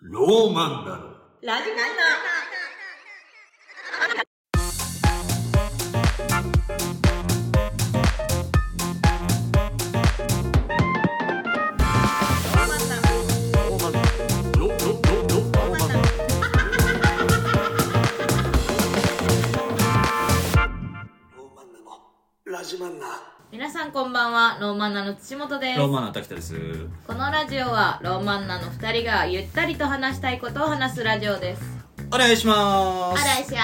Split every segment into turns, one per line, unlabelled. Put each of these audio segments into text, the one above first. ローマンだろう。
ラジカンの
ロロロロローマンだ
ローマンナのラジマンナ
皆さんこんばんはローマンナの土本です
ローマンの滝田です。
このラジオはローマンナの2人がゆったりと話したいことを話すラジオです
お願いしま
お
ーす。
願いしま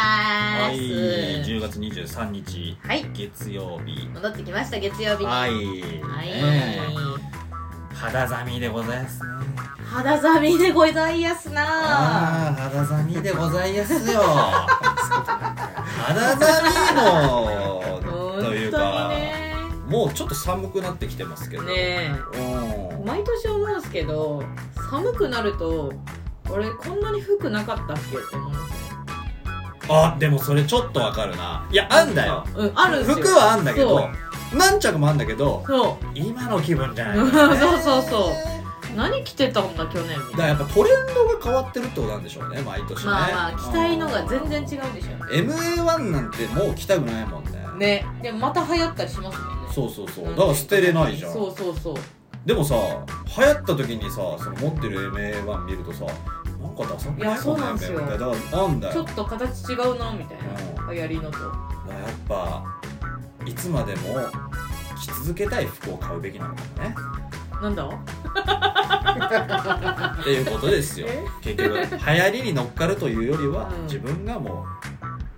はい、
す
10月23日、
はい
月曜日。
戻ってきました月曜日に
はい。
はい
ねえ肌寒いでございますね。
肌寒いでございやすな
ああ、肌寒いでございますよ。肌寒い
本
の、
当
と
に
いうか、
ね
もうちょっと寒くなってきてますけど。
ねえ
うん
毎年思うんですけど寒くなると俺こんなに服なかったっけって思うんですよ
あ、でもそれちょっとわかるな。いや、あんだよ。
うんあるんですよ
服はあんだけ
そ
ど
う、
何着もあんだけど、
そ
今の気分じゃな
う
い、
そうそうそう何着てたんだ去年
だか
みた
ら
い
やっぱトレンドが変わってるってことなんでしょうね毎年ね
なまあまあ着たいのが全然違うでしょ
MA1 なんてもう着たくないもんね
ねでもまた流行ったりしますもんね
そうそうそうだから捨てれないじゃん
そうそうそう
でもさ流行った時にさその持ってる MA1 見るとさなんかダサく
い
な
や
い
そう
この
なん
MA1
ですよ
みたいなだからなんだ
ちょ
よ
っと形違うなみたいな流行りのと
だからやっぱいつまでも着続けたい服を買うべきなのかもね
なん だ
っていうことですよ
え
結局流行りに乗っかるというよりは、
うん
自分がも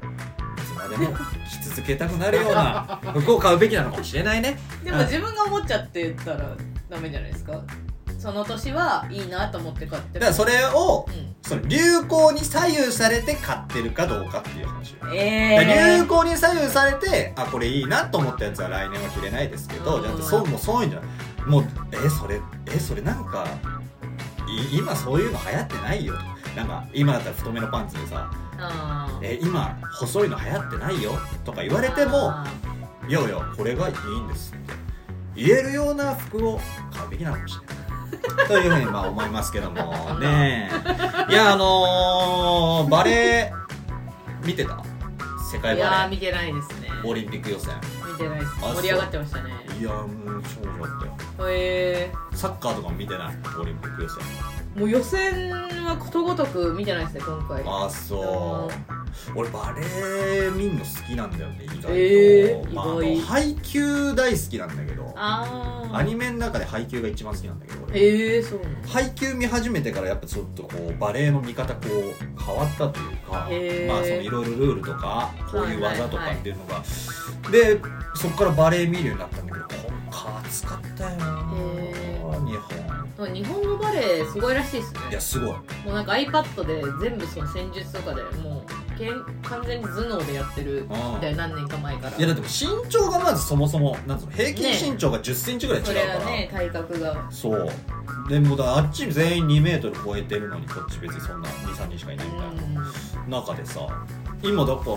ういつまでも着続けたくなるような 服を買うべきなのかもしれないね
でも自分が思っちゃってたらダメじゃないですかその年はいいなと思って買って
だから
る
それを
うん
その流行に左右されて買ってるかどうかっていう話よ、
え
だ
え
から流行に左右されてあこれいいなと思ったやつは来年は着れないですけ
う
ど
ん
じゃなくてそうもうそういうんじゃないもうえそれえそれなんかい今そういうの流行ってないよなんか今だったら太めのパンツでさ
あ
「
ー
え今細いの流行ってないよ」とか言われても
あ
「いやいやこれがいいんです」って言えるような服を買うべきなのかもしれない。というふうにまあ思いますけども ねえいやあのー、バレー見てた世
ー
界
いやー
バレ
見てないですね
ーオリンピック予選
見てないです
そう
盛り上がってましたね
いやーもう超面白かったよ
へえ
サッカーとかも見てないオリンピック予選
もう予選はことごとく見てないですね今回
ああそう俺バレー見んの好きなんだよね意外と、
えー
まああの
意外
配給大好きなんだけど
あ
アニメの中で配給が一番好きなんだけど俺
へえそうなんだ
配球見始めてからやっぱちょっとこうバレーの見方こう変わったというか
へー
まあそのいろいろルールとかこういう技と
はいは
か
いはい
っていうのが、でそこからバレー見るようになったんだけど今回暑かったよ日本
へでも日本のバレーすごいらしいですね
いやすごい
もうなんか iPad で全部その戦術とかでもうけん完全に頭脳でやってるみたいな何年か前から
いやだって身長がまずそもそもなんつうの平均身長が1 0ンチぐらい違
そうれ
から
は、ね体格が
そうでもうだからあっち全員2メートル超えてるのにこっち別にそんな23人しかいな
う
いみたいな、
ん
中でさ今だから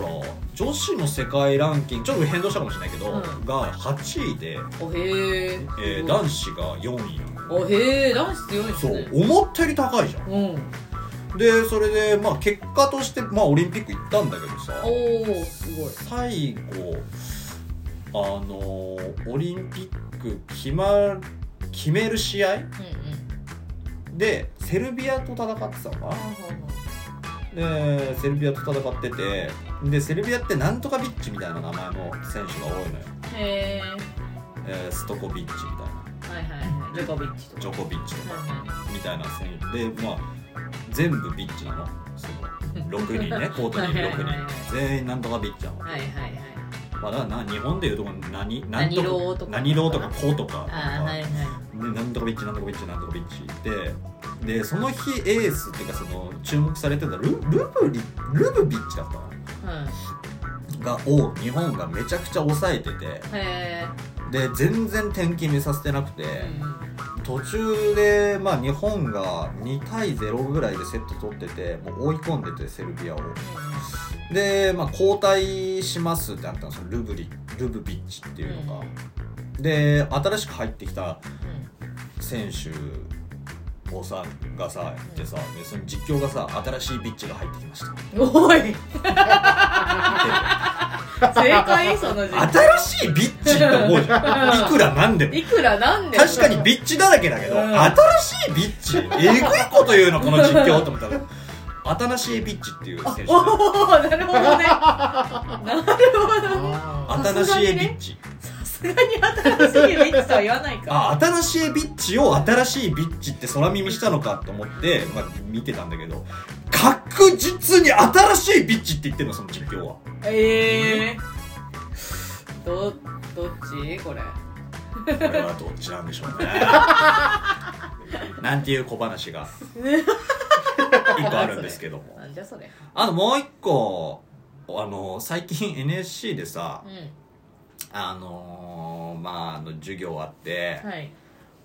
女子の世界ランキングちょっと変動したかもしれないけど、
うん
が8位で、
おへえ
えー
すごい
男子が4位なの
おへえ男子強いです
そ
ね
う思ったより高いじゃん
うん
でそれでまあ結果としてまあオリンピック行ったんだけどさ
おおすごい
最後あのーオリンピック決ま決める試合
うんうん
でセルビアと戦ってたのかなでセルビアと戦っててでセルビアってなんとかビッチみたいな名前の選手が多いのよ
へえ
えーストコビッチみたいな
はいはいはいジョコビッチと
ジ
か
ョコビッチとか
はいは
みたいな選手でまあ全部ビッチなのそ の6人ねコートにいる
はいはい
6
はい
人全員なんとかビッチなの、
いはいはいはい
まあ、だからな日本でいうとこの何
何
なん
浪とか
何ロとかコとか
ああはいはい
でなんとかビッチなんとかビッチなんとかビッチででその日エースっていうかその注目されてたルルブリルブビッチだったか
は
ながを日本がめちゃくちゃ抑えてて
いへえ
で全然転勤見させてなくて、
うん
途中で、まあ、日本が2対0ぐらいでセット取っててもう追い込んでてセルビアをで、まあ、交代しますってなったのそのルブリルブビッチっていうのが、で新しく入ってきた選手おさがさでさでその実況がさ新しいビッチが入ってきました
おい 正解その字
新しいビッチって思うじゃんいくらなんでも
いくらなんで
確かにビッチだらけだけど、
うん
新しいビッチえぐいこと言うのこの実況と思ったら新しいビッチっていう選手
おおなるほどねなるほどね
新しいビッチ、
さすがに新しいビッチとは言わないか
あ新しいビッチを新しいビッチって空耳したのかと思って、まあ、見てたんだけど確実に新しいビッチって言ってるのその実況は
ええー、どどっち
こ
これ
れはどっちなんでしょうねなんていう小話 が一個あるんですけども
なんじゃそれ
あともう一個あの最近 NSC でさ
うん
あのーまああの授業あって、
はい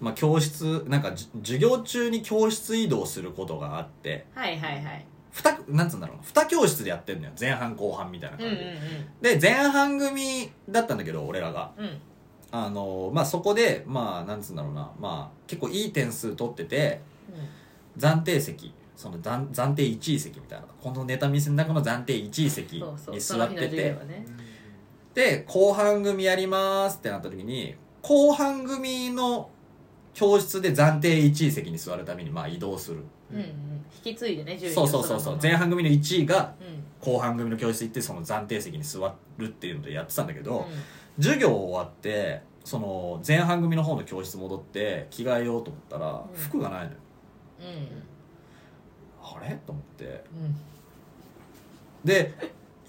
まあ、教室なんかじ授業中に教室移動することがあって
はいはいはい
二なんつうんだろう二教室でやってんのよ前半後半みたいな
うん
感
う
じ、で
ん
前半組だったんだけど俺らが
うんうん
あのーまあそこでまあなんつうんだろうなまあ結構いい点数取ってて暫定席その暫暫定1位席みたいなこのネタ見せの中の暫定1位席
うんそうそう
に
そ
座
の
っ
日の
て
授
て
業はね
で後半組やりますってなった時に後半組の教室で暫定1位席に座るためにまあ移動する
うんうん引き継いでね順位
そ
を
うそうそうそう
のま
前半組の1位が
まうん
後半組の教室行ってその暫定席に座るっていうのでやってたんだけど、
う
授業終わってその前半組の方の教室戻って着替えようと思ったら
うん
服がないのよ、
ん
あれと思って
うんうん
で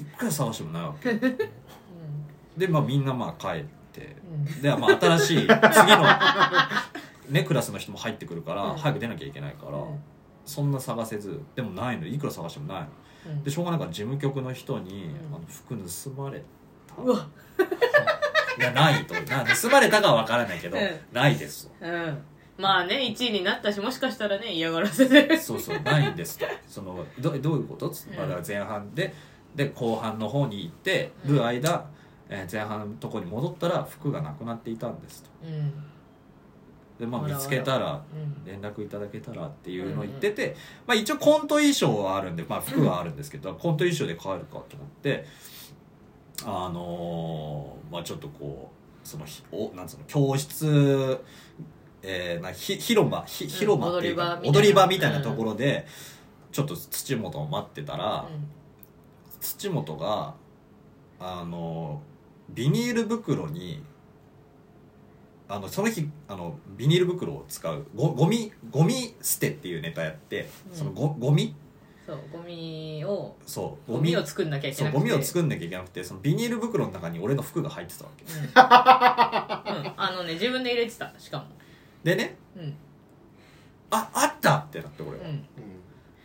いくら探してもないわけでまあみんなまあ帰って
うんうん
でまあ新しい次のねクラスの人も入ってくるから、
うん
早く出なきゃいけないから、そんな探せずでもないのいくら探してもないの
うん
でしょうがないから事務局の人に、
うん
あの服盗まれた
うわ
いやないとな盗まれたかは分からないけど、
うん
ないです
うんまあね1位になったしもしかしたらね嫌がらせで
そうそうないんですとそのどどういうことつって、まあだから前半でで後半の方に行ってる間、えー前半のとこに戻ったら服がなくなっていたんですと
うんうん
でまあ
あらあら
見つけたら連絡いただけたらっていうのを言ってて、まあ、一応コント衣装はあるんで、まあ、服はあるんですけど、コント衣装で帰るかと思ってあのーまあちょっとこうそのひおなんつうの教室、えー、なひ広間ひ広間っていうか、
うん
踊
踊
り
り
場
場
み
み
た
た
い
いな
なところで、ちょっと土本を待ってたら、土本があのビニール袋にあのその日あのビニール袋を使うごゴミゴミ捨てっていうネタやって、
うん
そのごゴミ
そうゴミを
そう
ゴミを作んなきゃいけ
そ
な
う
くて
ゴミを作んなきゃいけなくてそのビニール袋の中に俺の服が入ってたわけ
うん、うん、あのね自分で入れてたしかも
でね
うん
ああったってなって俺は、
うん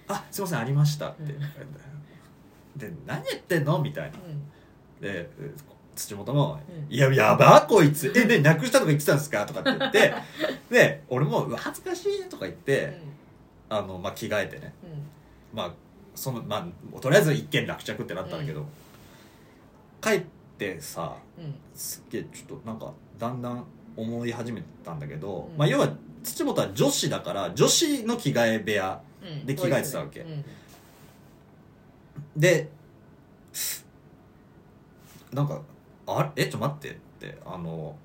あすいませんありましたって、
う
で何やってんのみたいな
うん
で土本も
う
「
ん
いややばこいつえでなくしたとか言ってたんですか?」とかって言って で俺も「うわ恥ずかしい」とか言っ
うん
てあの、まあ、着替えてね
うん
まあそのまあとりあえず一件落着ってなったんだけど、帰ってさ
うん
すっげえちょっとなんかだんだん思い始めたんだけど、
うん
まあ要は土本は女子だから女子の着替え部屋
うん
で着替えてたわけ
うん
でなんか「あれえちょっと待って」ってあの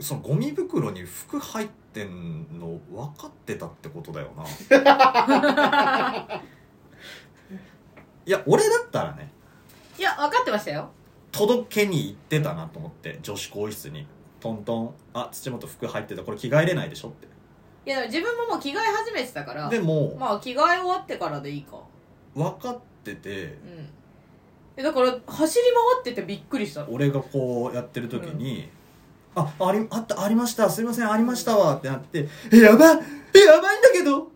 そのゴミ袋に服入ってんの分かってたってことだよないや俺だったらね
いや分かってましたよ
届けに行ってたなと思って女子更衣室にトントン「あ土本服入ってたこれ着替えれないでしょ」って
いや自分ももう着替え始めてたから
でも
まあ着替え終わってからでいいか
分かってて
うんえだから走り回っててびっくりした
俺がこうやってる時に「あありあったありましたすいませんありましたわ」ってなって「えやばえやばいんだけど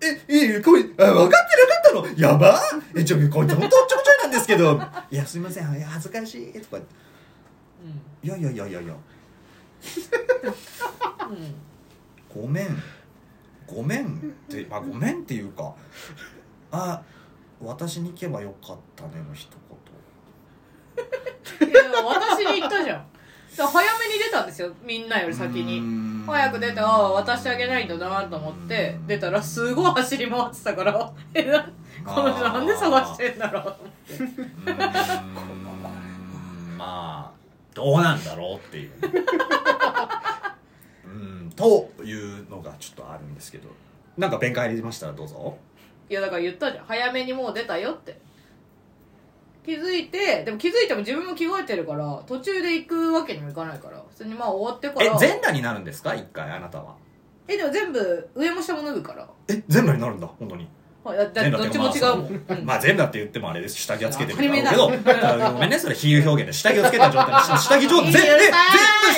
ええこいあ分かってなかったのやばえちょこいつ本当おっちょこちょいなんですけど いやすいませんあいや恥ずかしい」とか言って
う
「
ん
いやいやいやいやいや
うん
ごめんごめん」ってまあごめんっていうか「あ私に行けばよかったね」の一言。
いや私に言ったじゃんだから早めに出たんですよみんなより先
うー
に
んうん
早く出てああ渡してあげないんだなと思って出たらすごい走り回ってたから えなこの人なんで探してんだろうと思って
うーんまあどうなんだろうっていう うんというのがちょっとあるんですけどなんか弁解入りましたらどうぞ
いやだから言ったじゃん早めにもう出たよって気づいてでも気づいても自分も着替えてるから途中で行くわけにもいかないから普通にまあ終わってか
え
ら
全裸になるんですか一回あなたは
えでも全部上も下も脱ぐから
え全裸になるんだ本当に
はいだだってどっちも違うもん、うん
まあ全裸って言ってもあれです下着をつけてるんだ
当
ろ
たり
うけどあごめんねそれ比喩表現で下着をつけた状態に下着状
い
態
い
全
よ
え全
さ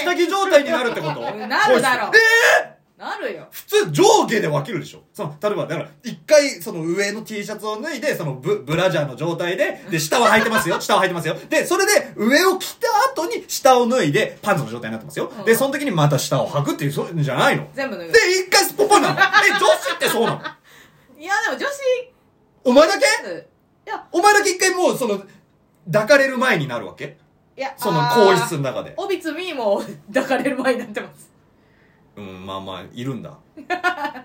ー
部
い
下着状態になるってこと
なるだろう
こいつ
なるよ
普通上下で分けるでしょその例えばだから一回その上の T シャツを脱いでそのブブラジャーの状態でで下は履いてます よ下は履いてますよでそれで上を着た後に下を脱いでパンツの状態になってますよ、
うん
でその時にまた下を履くっていうそういうんじゃないので
全部脱ぐ
一回すっぽっぽになるのえ女子ってそうなの
いやでも女子
お前だけ
いや
お前だけ一回もうその抱かれる前になるわけ
いや
その更衣室の中で
オビツミーも抱かれる前になってます、
うんまあまあいるん だ、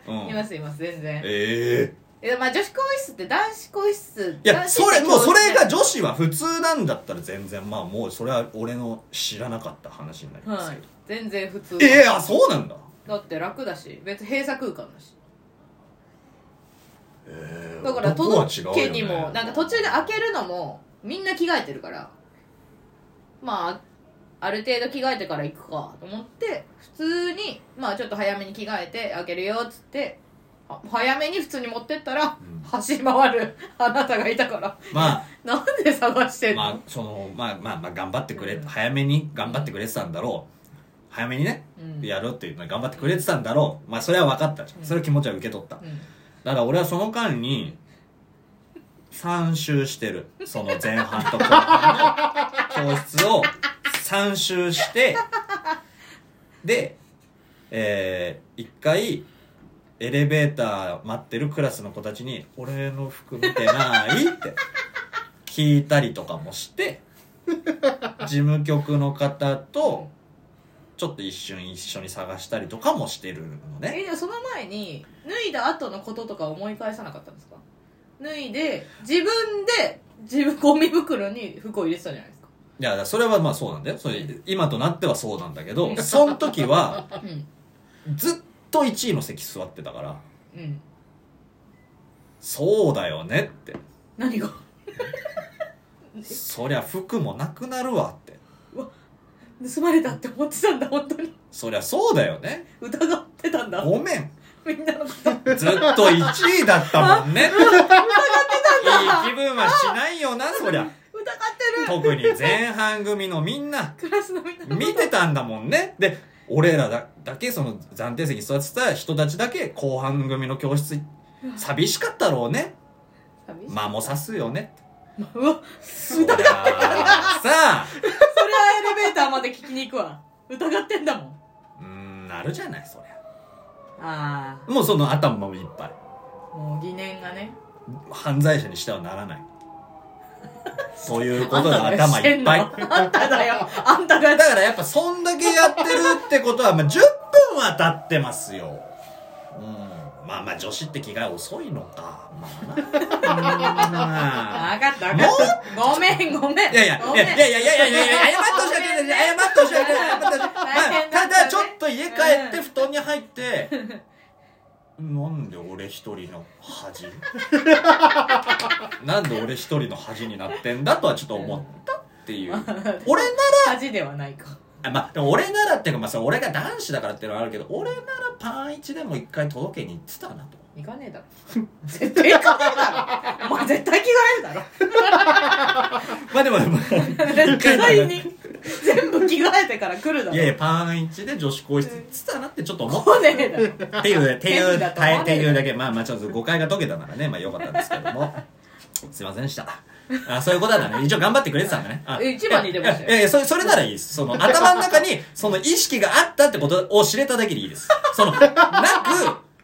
うん
いますいます全然
ええ
えまあ女子更衣室って男子更衣室
いや、
男子
そ
って
れ、もうそれが
共
女子は普通なんだったら全然、まあもうそれは俺の知らなかった話になり
通
ます
は
け
い
ど。
全然普通
ええあ、そうなんだ。
だって楽だし別に閉鎖空間だし
ええ
だから
男は
届
違うよね
けにも、なんか途中で開けるのもみんな着替えてるからまあある程度着替えてから行くかと思って普通にまあちょっと早めに着替えて開けるよっつってあ早めに普通に持ってったら、
うん
走り回るあなたがいたから
ま
なんで探して
あ、
んの、
まあ、その、まあまあまあ、頑張ってくれ、
うん
早めに頑張ってくれてたんだろう。早めにね、
うん
やろうっていうのは頑張ってくれてたんだろう。まあ、それは分かったじゃん。それは気持ちは受け取った。
うん
だから俺はその間に3周してるその前半と後半の教室を3周してでえー、1回エレベーター待ってるクラスの子たちに「俺の服見てない?」って聞いたりとかもして事務局の方とちょっと一瞬一緒に探したりとかもしてるのね
えでもその前に脱いだ後のこととか思い返さなかったんですか脱いで自分で自分ゴミ袋に服を入れてたじゃないですか
いや、それはまあそうなんだよ。それ今となってはそうなんだけ
う
ど、
ん
その時は、
うん
ずっと1位の席座ってたから、
うん
そうだよねって。
何が
そりゃ服もなくなるわって。
盗まれたって思ってたんだ本当に
そりゃそうだよね。
疑ってたんだ
ごめん。
みんなのこと
ずっと1位だったもんね。いい気分はしないよな、そりゃ。
疑ってる
特に前半組のみんな、
クラスのみんなの
見てたんだもんね。で、俺らだだけ、その暫定席に座ってた人たちだけ、後半組の教室、寂しかったろうね。
寂しい、
間もさすよね。
うわ
そりゃあさあ、
それはエレベーターまで聞きに行くわ疑ってんだもん
うーん、なるじゃない、そりゃ。
あ
もうその頭もいっぱい。
あもう疑念がね
犯罪者にしてはならない。ということで
あんたが
頭
し
い
てん
っ
の
ぱい。
あんただよあんたが
だからやっぱそんだけやってるってことは、まあ、10分は経ってますよ。うん。まあまあ女子って着替え遅いのか。ま あなうんまあ
分かった分かったごめんごめん
いやいや、
ご
い
めん
やいやいやいやいやいや、謝ってほしくない、謝ってほしくない、謝ってほしくない。
大変だったね
まあ、ただちょっと家帰って布団に入って、なんで俺一人の恥なんで俺一人の恥になってんだとはちょっと思ったっていう。俺な
恥ではないか
ら、あまあ、でも俺ならっていうか、まあ、それ俺が男子だからっていうのはあるけど、俺ならパン一でも一回届けに行ってたなと。
行かねえだろ絶対行かねえだろお前絶対着替えるだろ
まあでも、まあ
絶対に全部着替えてから来るだろ
いやいや、パン一で女子更衣室行ってたなってちょっと思った。
来ねえだろ
っていう、っていう、
変だと思われ
大
る
っていうだけ、まあまあちょっと誤解が解けたならね、まあよかったんですけども。すいませんでした。あそういうことだね。一応頑張ってくれてたんだね。あ
え 一番に出ましたよ
いやいやいや、それ、それならいいです。その、頭の中に、その意識があったってことを知れただけでいいです。その、なく、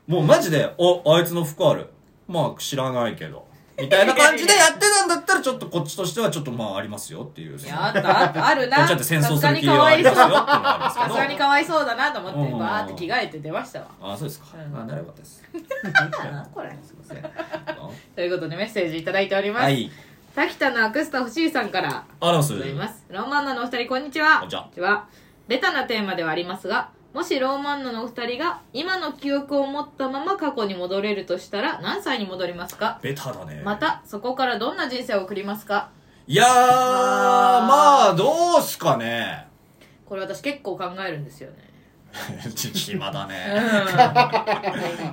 もうマジで、お、あいつの服ある。まあ知らないけど。みたいな感じでやってたんだったら、ちょっとこっちとしては、ちょっとまあありますよっていう。
いやあったあったある
こ
な
っちだって戦
さ
争
す
す
が
る
に
気
か
は
わ
あ
い
り
そ
ま
う
すよっていうのはあるんですけ
さ
ど。
すがにかわいそうだなと思って
うん
バーって着替えて出ましたわ
あ、そうですか。
うん
あ、ならよかったです。
なこれ
すいません。あ
ということでメッセージいただいております、
はい。
滝田のアクスタ欲しいさんから
あらす。
ございますローマンナのお二人こんにちは
こんにちは
ベタなテーマではありますがもしローマンナのお二人が今の記憶を持ったまま過去に戻れるとしたら何歳に戻りますか
ベタだね。
またそこからどんな人生を送りますか
いやー、まあ、どうすかね。
これ私結構考えるんですよね
暇だ
う
ね。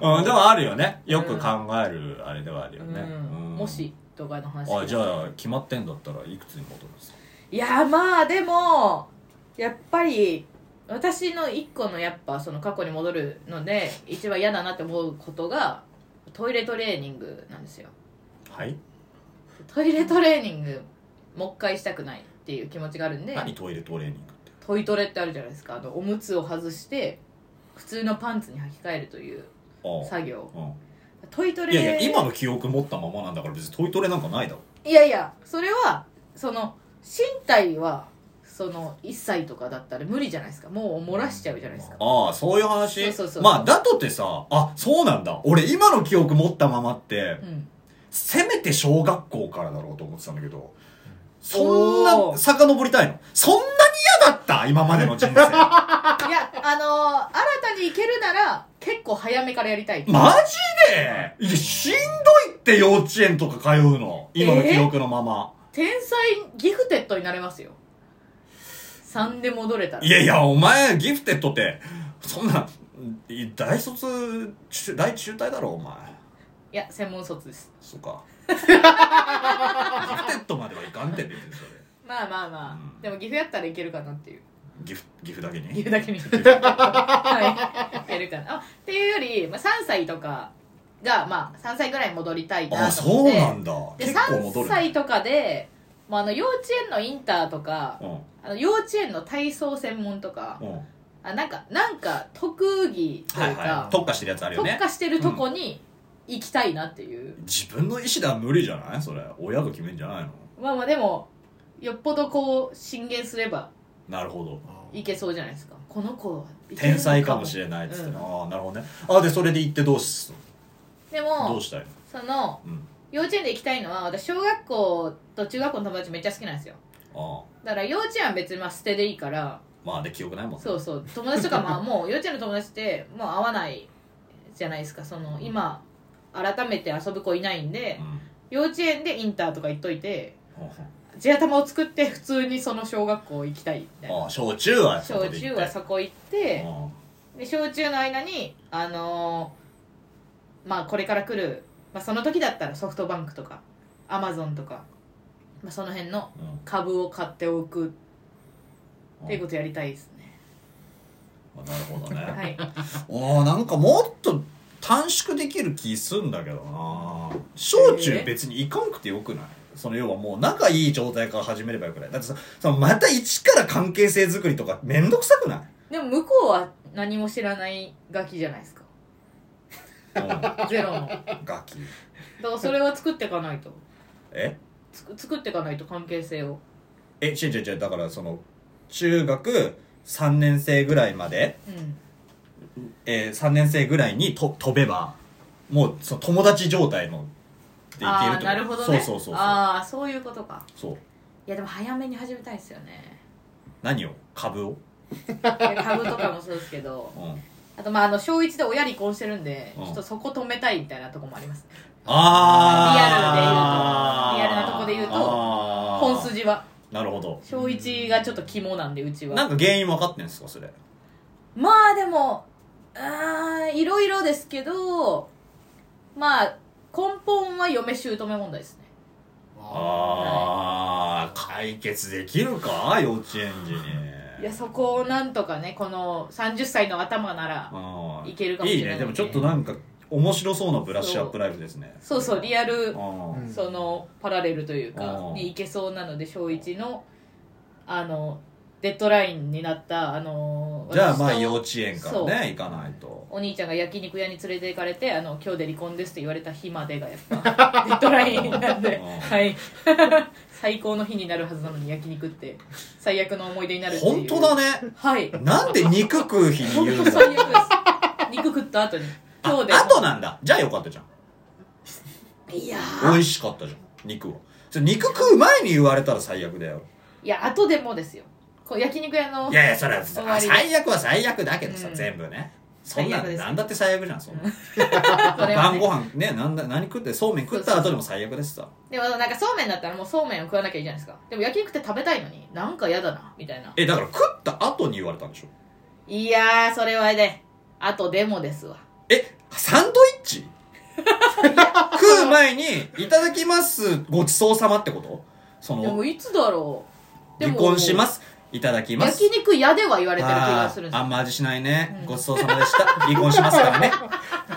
ん
うん、でもあるよね。よく考える、あれではあるよね。
うん
うん
も。しとかの話
あ、じゃあ、決まってんだったら、いくつに戻るんですか
いやまあでもやっぱり私の一個のやっぱその過去に戻るので一番嫌だなって思うことがトイレトレーニングなんですよ
はい。
トイレトレーニングもう一回したくないっていう気持ちがあるんで
何トイレトレーニングって。
トイトレってあるじゃないですかあのおむつを外して普通のパンツに履き替えるという
あ
作業
あ。
トイト
う
レ
ん。いやいや、今の記憶持ったままなんだから、別にトイトレなんかないだろ。
いやいやそれはその身体はその1歳とかだったら無理じゃないですかもう漏らしちゃうじゃないですか
ああ、そういう話
そうそうそう
まあ、だとってさ、あ、そうなんだ。俺、今の記憶持ったままって、
うん
せめて小学校からだろうと思ってたんだけど、そん
お
な、
ー
遡りたいのそんなに嫌だった今までの人 生。
いや、あのー新たに行けるなら、結構早めからやりたい。
マジでいや、しんどいって幼稚園とか通うの。今の記憶のまま。
天才ギフテッドになれますよ。3で戻れたら。
いやいや、お前、ギフテッドって、そんな、い大卒、中大中退だろ、お前。
いや専門卒です。
そう か。ギフテッドまではいかんて、別にそれ。
まあまあまあ、
うん
でも岐阜やったらいけるかなっていう。
ギフ、ギフだけに。
岐阜だけに。
ギフ
はい。いけるかな。あっていうより、まあ、3歳とかが、まあ、3歳ぐらいに戻りたい
あ、
なと
そ
思っ
う
て。
なんだ。
で、
結構戻
3
る。
歳とかで、まあ、あの幼稚園のインターとか、
う
あの幼稚園の体操専門とか、
ん。うん。
あなんかなんか特技と
は
いう
い
か、
はい。特化してるやつあるよ
特
ね。
化してるとこに行きたいなっていう、
自分の意思では無理じゃないそれ。親が決めんじゃないの
まあまあでもよっぽどこう進言すれば
なるほど。
いけそうじゃないですかこの子はいける
天
の
才かもしれないっつってね。
う
ああ、なるほどね。あで、それで行ってどうす
で
どう
も
したいの
その
うん。
幼稚園で行きたいのは私小学校と中学校の友達めっちゃ好きなんですよ
ああ。
だから幼稚園は別にまあ捨てでいいから
まあ、で、記憶ないもんね。
そうそう友達とかまあもう幼稚園の友達ってもう会わないじゃないですかその今改めて遊ぶ子いないんで
うん。
幼稚園でインターとか行っといて
ほうほ
地頭を作って普通にその小学校行きたいみたいうな
ああ、小中はそこ
小
で
中
行って
はそこ行って
うん
で小中の間にあのーまあこれから来る、まあ、その時だったらソフトバンクとかアマゾンとか、まあ、その辺の
うん
株を買っておく
うん
っていうことやりたいですね
あなるほ どね。
はい
ああなんかもっと短縮できる気すんだけどな小中別に行かんくてよくないその要はもう仲いい状態から始めればよくないだってさそのまた一から関係性作りとかめんどくさくな
でも向こうは何も知らないガキじゃないですか
い、うん、ガ
ゼロのだか
キ
らそれは作っていかないと
え
つく作っていかないと関係性を
え違う違う違うだからその中学3年生ぐらいまで、
うん
えー、3年生ぐらいにと飛べばもうその友達状態のでいける
あ
っ
あ
てこと
なるほどね
そうそうそうそう
ああそういうことか
そう
いやでも早めに始めたいですよね
何を株を
いや株とかもそうですけど
うん
あとまああの小1で親離婚してるんで、
うん
ちょっとそこ止めたいみたいなとこもあります
あー
リアルで言うとリアルなとこで言うと
あー
本筋は
なるほど
小1がちょっと肝なんでうち
なん
は
か原因分かってんですかそれ
まあでもあーいろいろですけどまあ根本は嫁姑問題ですね
ああ解決できるか幼稚園児に
いやそこをなんとかねこの30歳の頭なら
あー
いけるかもしれ
い
ない
ねでもちょっとなんか面白そうなブラッシュアップライフですね
そうそうリ
ア
アル
ル
そのパラレルという
う
か
ん
に行けそうなので小1のあのデッドラインになったあのー
じゃあ
私と
まあ幼稚園からね行かないと
お兄ちゃんが焼肉屋に連れて行かれて「あの今日で離婚です」って言われた日までがやっ ぱデッドラインなんで、
うん
はい 最高の日になるはずなのに焼肉って最悪の思い出になるっていう
本当だね
はい
なんで肉食う日に
本
言う
当
んだ
最悪です肉食った後に今日で
あとなんだじゃあよかったじゃん
いやー
美味しかったじゃん肉はちょ肉食う前に言われたら最悪だよ
いや後でもですよこう焼肉屋の
いやいやそれは
終わり
最悪は最悪だけどさ、
うん
全部ねそんな
最悪
ん
です
なんだって最悪じゃんそんな
それは
晩
ね
ご飯ねなんだ何食ってそうめん食った後でも最悪ですさ
でもなんかそうめんだったらもうそうめんを食わなきゃいいじゃないですかでも焼肉って食べたいのになんか嫌だなみたいな
えだから食った後に言われたんでしょ
いやーそれはね後でもですわ
えサンドイッチ 食う前に「いただきますごちそうさま」ってことそ
でも
の
いつだろうで
離
も
婚しますいただきます
焼肉屋では言われてる気が
あ
するんで
ー
す
あん
よ
ま味しないね、
うん
ごちそうさまでした離婚しますから ね、
焼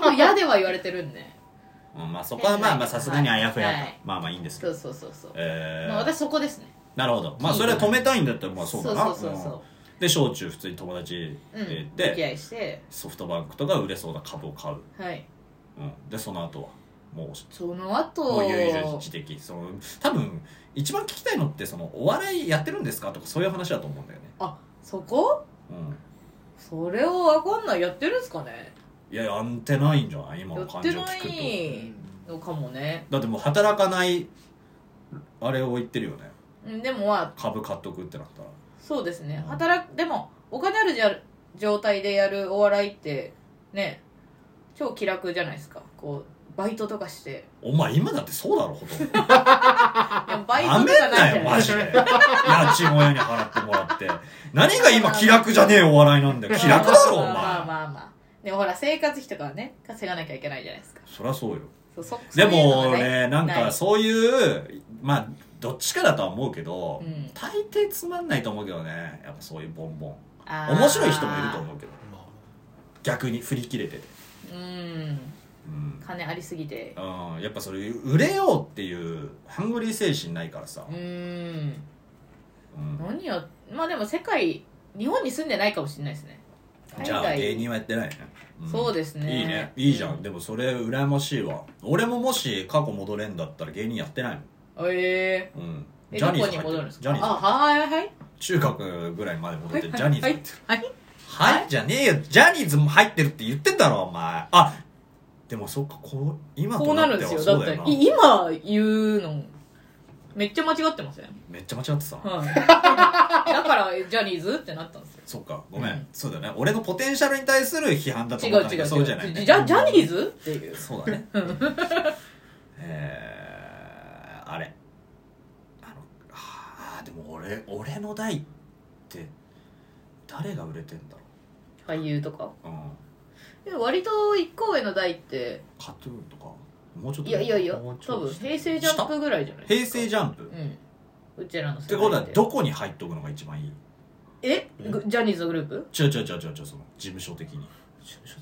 肉屋では言われてるんで
うんまあそこはまあまあさすがにあやふやか、
はい
まあまあいいんですけ
そ
ど
うそうそうそう、
えー
まあ、私そこですね
なるほどまあそれは止めたいんだったらまあそうだな
そうそうそうそ
うんで小中普通に友達
ううん
で行っ
付き
て、
合いして
ソフトバンクとか売れそうな株を買う、
はい
うん、でその後はもう
その後
もう悠々自適その多分一番聞きたいのってそのお笑いやってるんですかとかそういう話だと思うんだよね、
そこ
う
それをわかんないやってるんすかね
ん、いややってないんじゃない今
や
の
っ
感
て
じを
な
聞くと
いのかもね
だってもう働かないあれを言ってるよね
うんでもまあ
株買っとくってなったら
そうですね働くでもお金あるじゃ状態でやるお笑いってね超気楽じゃないですかこうバイトとかして
お前今だってそうだろほとんど
いやバイ
や
ト
め
と
ん
かない
な
じゃ
よ
ない
マジで家賃親に払ってもらって何が今気楽じゃねえお笑いなんだよ気楽だろお
まあまあ
前
まあまあでもほら生活費とかはね稼がなきゃいけないじゃないですか
そりゃそうよ
そうそ
で
そういうの
も
がね
ねなん
な
か
い
そういうまあどっちかだとは思うけど、
うん
大抵つまんないと思うけどねやっぱそういうボンボン
あー
面白い人もいると思うけど逆に振り切れてて
うん
うん、
金ありすぎて
うん、やっぱそれ売れようっていうハングリー精神ないからさ、
うん
うん
何やまあでも世界日本に住んでないかもしれないですね
じゃあ芸人はやってないね、ん
そうですね
いいねいいじゃん、
うん
でもそれ羨ましいわ俺ももし過去戻れんだったら芸人やってない
え
もん、うん、
え
ジャニー
どこ
ズ
に
入って
戻るん
る
です
ジ
か
ャニーズ
あはいはいはい
中学ぐらいまで戻ってジャ
は
ニー
い
ズ入ってる
はい
はい、じゃねえよ。ジャニーズも入ってるって言ってんだろ、お前。あ、でもそっか、こう、今
ことうな
な
る
っ
ん
て
です
は
よ
そ
だ
う
っ
だ
て
よな。
今言うのめっちゃ間違ってませんはい
めっちゃ間違ってた。
だからジャニーズってなったんですよ
そっか、ごめん,、
うん
そうだよね。俺のポテンシャルに対する批判だと
違
思
う
ったんだけ
違
ど、
う
そうじゃな
違
いうね。
ジャジャニーズっていう
そうだね。えー、あれ。あの、あーでも俺、俺の代って、誰が売れてんだろ
俳優とか
う。うん。
でも割と一個上の代って
カトゥーンとか、もうちょっと。
いやいやいや
もうち
多
ょっと
分平成ジャンプぐらいじゃない
平成ジャンプ、っ
うんうちらの世代って
ことは、どこに入っとくのが一番いい
えぐジャニーズのグループ
違う違う違う違う違うその事務所的に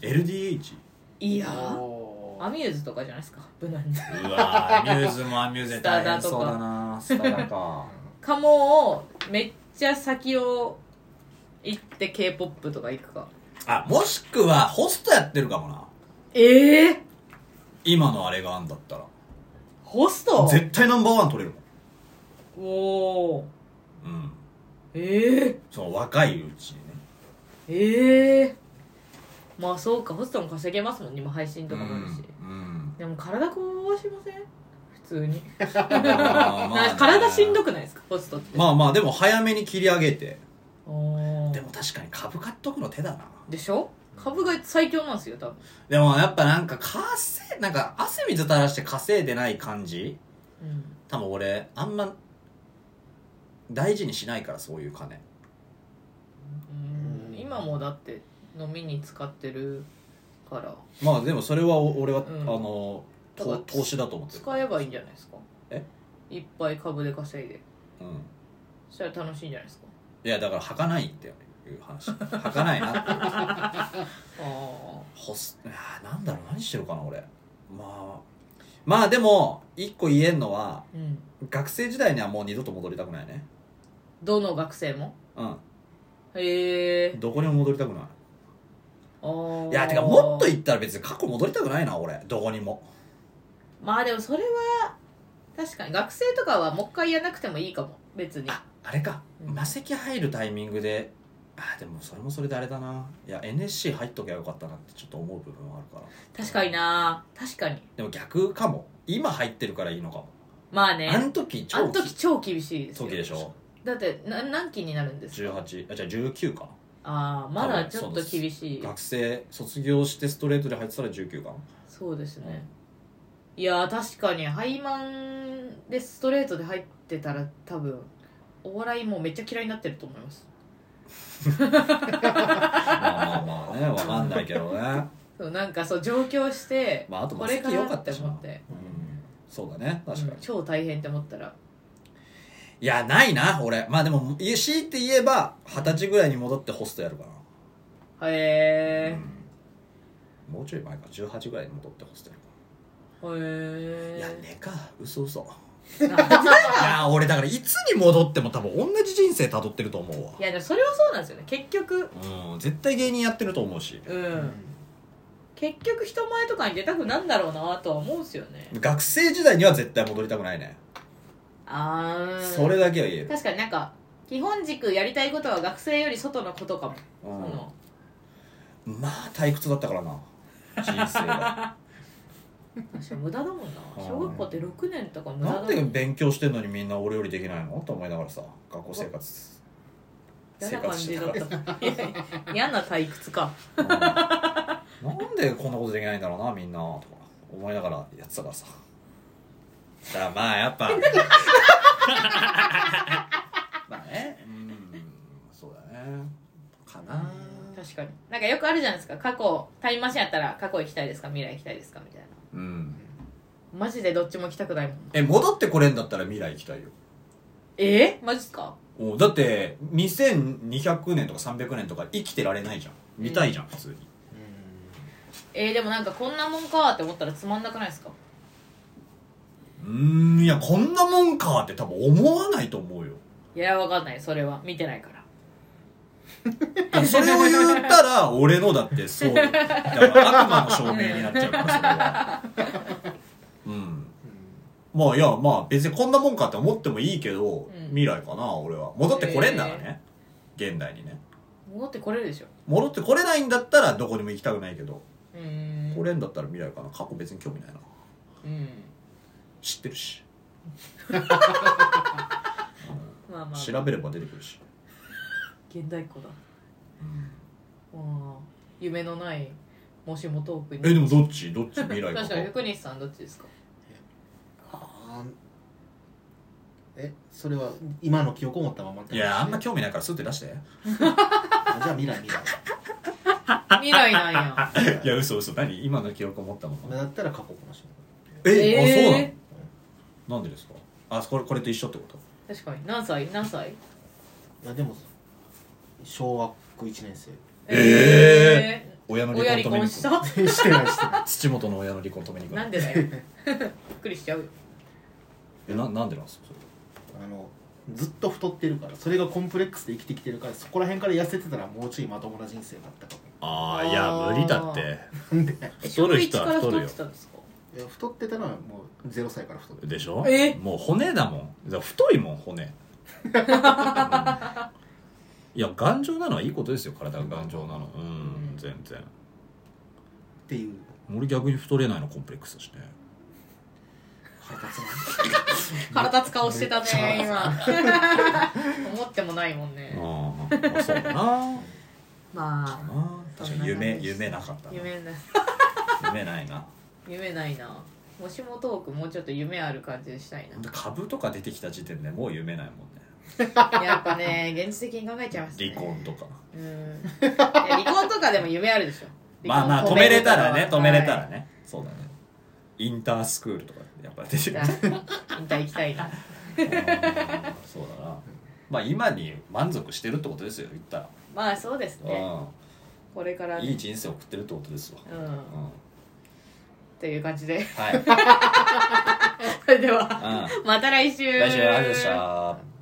LDH
いや
お
アミューズとかじゃないですか無難に
うわーミューズもアミューズで大変そうだなスタダか
かもをめっちゃ先を行って k p o p とか行くか
あもしくはホストやってるかもな
ええ
今のあれがあんだったら
ホスト
絶対ナンバーワン取れる
おお
もんうん
ええ
その若いうちにね
ええまあそうかホストも稼げますもんね今配信とかもあるし、
うん
でも体壊しません普通に、
まあまあね
なんか体しんどくないですかホストって
まあまあでも早めに切り上げて
おー
でも確かに株買っとくの手だな
でしょ株が最強なんですよ多分、
でもやっぱなんか稼いなんか汗水垂らして稼いでない感じ
うん、
多分俺あんま大事にしないからそういう金
うん今もだって飲みに使ってるから
まあでもそれはお俺は、
うん
あのと
だから
投資だと思ってる
使えばいいんじゃないですか
え
いっぱい株で稼いで
うん、
そしたら楽しいんじゃないですか
いやだから儚かないっていう話儚かないなっていう
あ
ほすあーなんだろう何してるかな俺まあまあでも一個言えんのは
あうん
学生時代にはもう二度と戻りたくないね
どの学生も
う
へえ
んどこにも戻りたくない
あー
いやてかもっと言ったら別に過去戻りたくないな俺どこにも
まあでもそれは確かに学生とかはもう一回やらなくてもいいかも別に
ああれか
うん
魔石入るタイミングであでもそれもそれであれだないや NSC 入っときゃよかったなってちょっと思う部分はあるから
確かにな確かに
でも逆かも今入ってるからいいのかも、
まあね
あん時
あ
超
の時超厳しいですよ
時でしょ
だってな何期になるんですか
18あじゃあ19か
ああまだちょっ
多
と
分そうで
厳しい
学生卒業してストレートで入ってたら19か
そうですねいやー確かにハイマンでストレートで入ってたら多分お笑いもうめっちゃ嫌いになってると思います
まあまあまあねわかんないけどね
そうなんかそう上京して
まああと
こ
マ
れ
セ
か
キ
ら
良
っ
かった
て
し
思
な
って
うんそうだね確かに、
うん超大変って思ったら
いやないな俺まあでもい強いて言えば二十歳ぐらいに戻ってホストやるかな
へえ
うんもうちょい前か18ぐらいに戻ってホストやるか
へ
いや
え
ねか嘘嘘
いや
いや俺だからいつに戻っても多分同じ人生辿ってると思うわ
いやでもそれはそうなんですよね結局
うん絶対芸人やってると思うし
うん結局人前とかに出たくなんだろうなとは思うんすよね
学生時代には絶対戻りたくないね、
ああ
それだけは言える、
確かになんか基本軸やりたいことは学生より外のことかも、
うん
その
まあ退屈だったからな人 生が
私は無駄だもんな
うん
小学校って6年とか無駄だ
な
も
ん
ん
で勉強してんのにみんな俺よりできないのと思いながらさ学校生活
嫌な感じだっ
生活して
たもんいや嫌な退屈か
たからうんなんでこんなことできないんだろうなみんなとか思いながらやってたからさだからまあやっぱ まあねうんそうだねかな
確かになんかよくあるじゃないですか過去タイムマシンやったら過去行きたいですか未来行きたいですかみたいな
うん
マジでどっちも行きたくないもん
え戻ってこれんだったら未来行きたいよ
えー、マジっすか
おだって2200年とか300年とか生きてられないじゃん見たいじゃん普通に
えー、でもなんかこんなもんかーって思ったらつまんなくないですか
うーんいやこんなもんかって多分思わないと思うよ
いやわかんないそれは見てないから
だってそれを言ったら俺のだってそうだから悪魔の証明になっちゃうからそれはうんまあいやまあ別にこんなもんかって思ってもいいけど、
うん
未来かな俺は戻ってこれんならね、現代にね
戻ってこれるでしょ
戻ってこれないんだったらどこにも行きたくないけど
うーん
これんだったら未来かな過去別に興味ないな
うん
知ってるし
まあまあ
調べれば出てくるし
現代っ子だああ夢のないもしもトークに
えでもどっちどっち未来か
確かに福西さんどっちですか
あーえそれは今の記憶を持ったままって
いやあんま
あ
興味ないからスッて出して
じゃあ未来未来
未来なんや
いや嘘嘘何今の記憶を持ったま
だったら過去かもし
え、あそう
え
なのなんでですかあこれこれと一緒ってこと
確かに何歳何歳
れないいやでも小学1年生
え親の離
親離
婚止め
婚
に
し
行
た
してないしてない
く土本の親の離婚止めに行く
な
なん
で だよびっくりしちゃうよ
えななんでなんですかそれ
あのずっと太ってるからそれがコンプレックスで生きてきてるからそこら辺から痩せてたらもうちょいまともな人生だったかも
あ
ーいや無理だって
なんで
太る人は太るよ
小一からってたんですか
いや太ってたのはもう0歳から太ってる
でしょ
え
もう骨だもんだから太いもん 骨うんいや頑丈なのはいいことですよ体が頑丈なのうん、
うん
全然
っていう
俺逆に太れないのコンプレックスだしね
腹立
体つ顔してたね今思ってもないもんね
ああ、まあ、そうだな
まあ
確かに夢夢なかったな夢
夢な
ないな
夢ないなもしもトークもうちょっと夢ある感じにしたいな
ほんと株とか出てきた時点でもう夢ないもんね
やっぱね現実的に考えちゃいますね
離婚とか
うんいや離婚とかでも夢あるでしょ
まあまあ止めれたらね止めれたら
ね
ね、そうだねインタースクールとかやっぱ出てくる
引退行きたいな
あーそうだなまあ今に満足してるってことですよ言ったら、
まあそうですねこれから
うん、
ね
いい人生送ってるってことですわ、
う
うんん、
という感じで
はい、
それでは
う
また来週
ん、来週ありがとうございました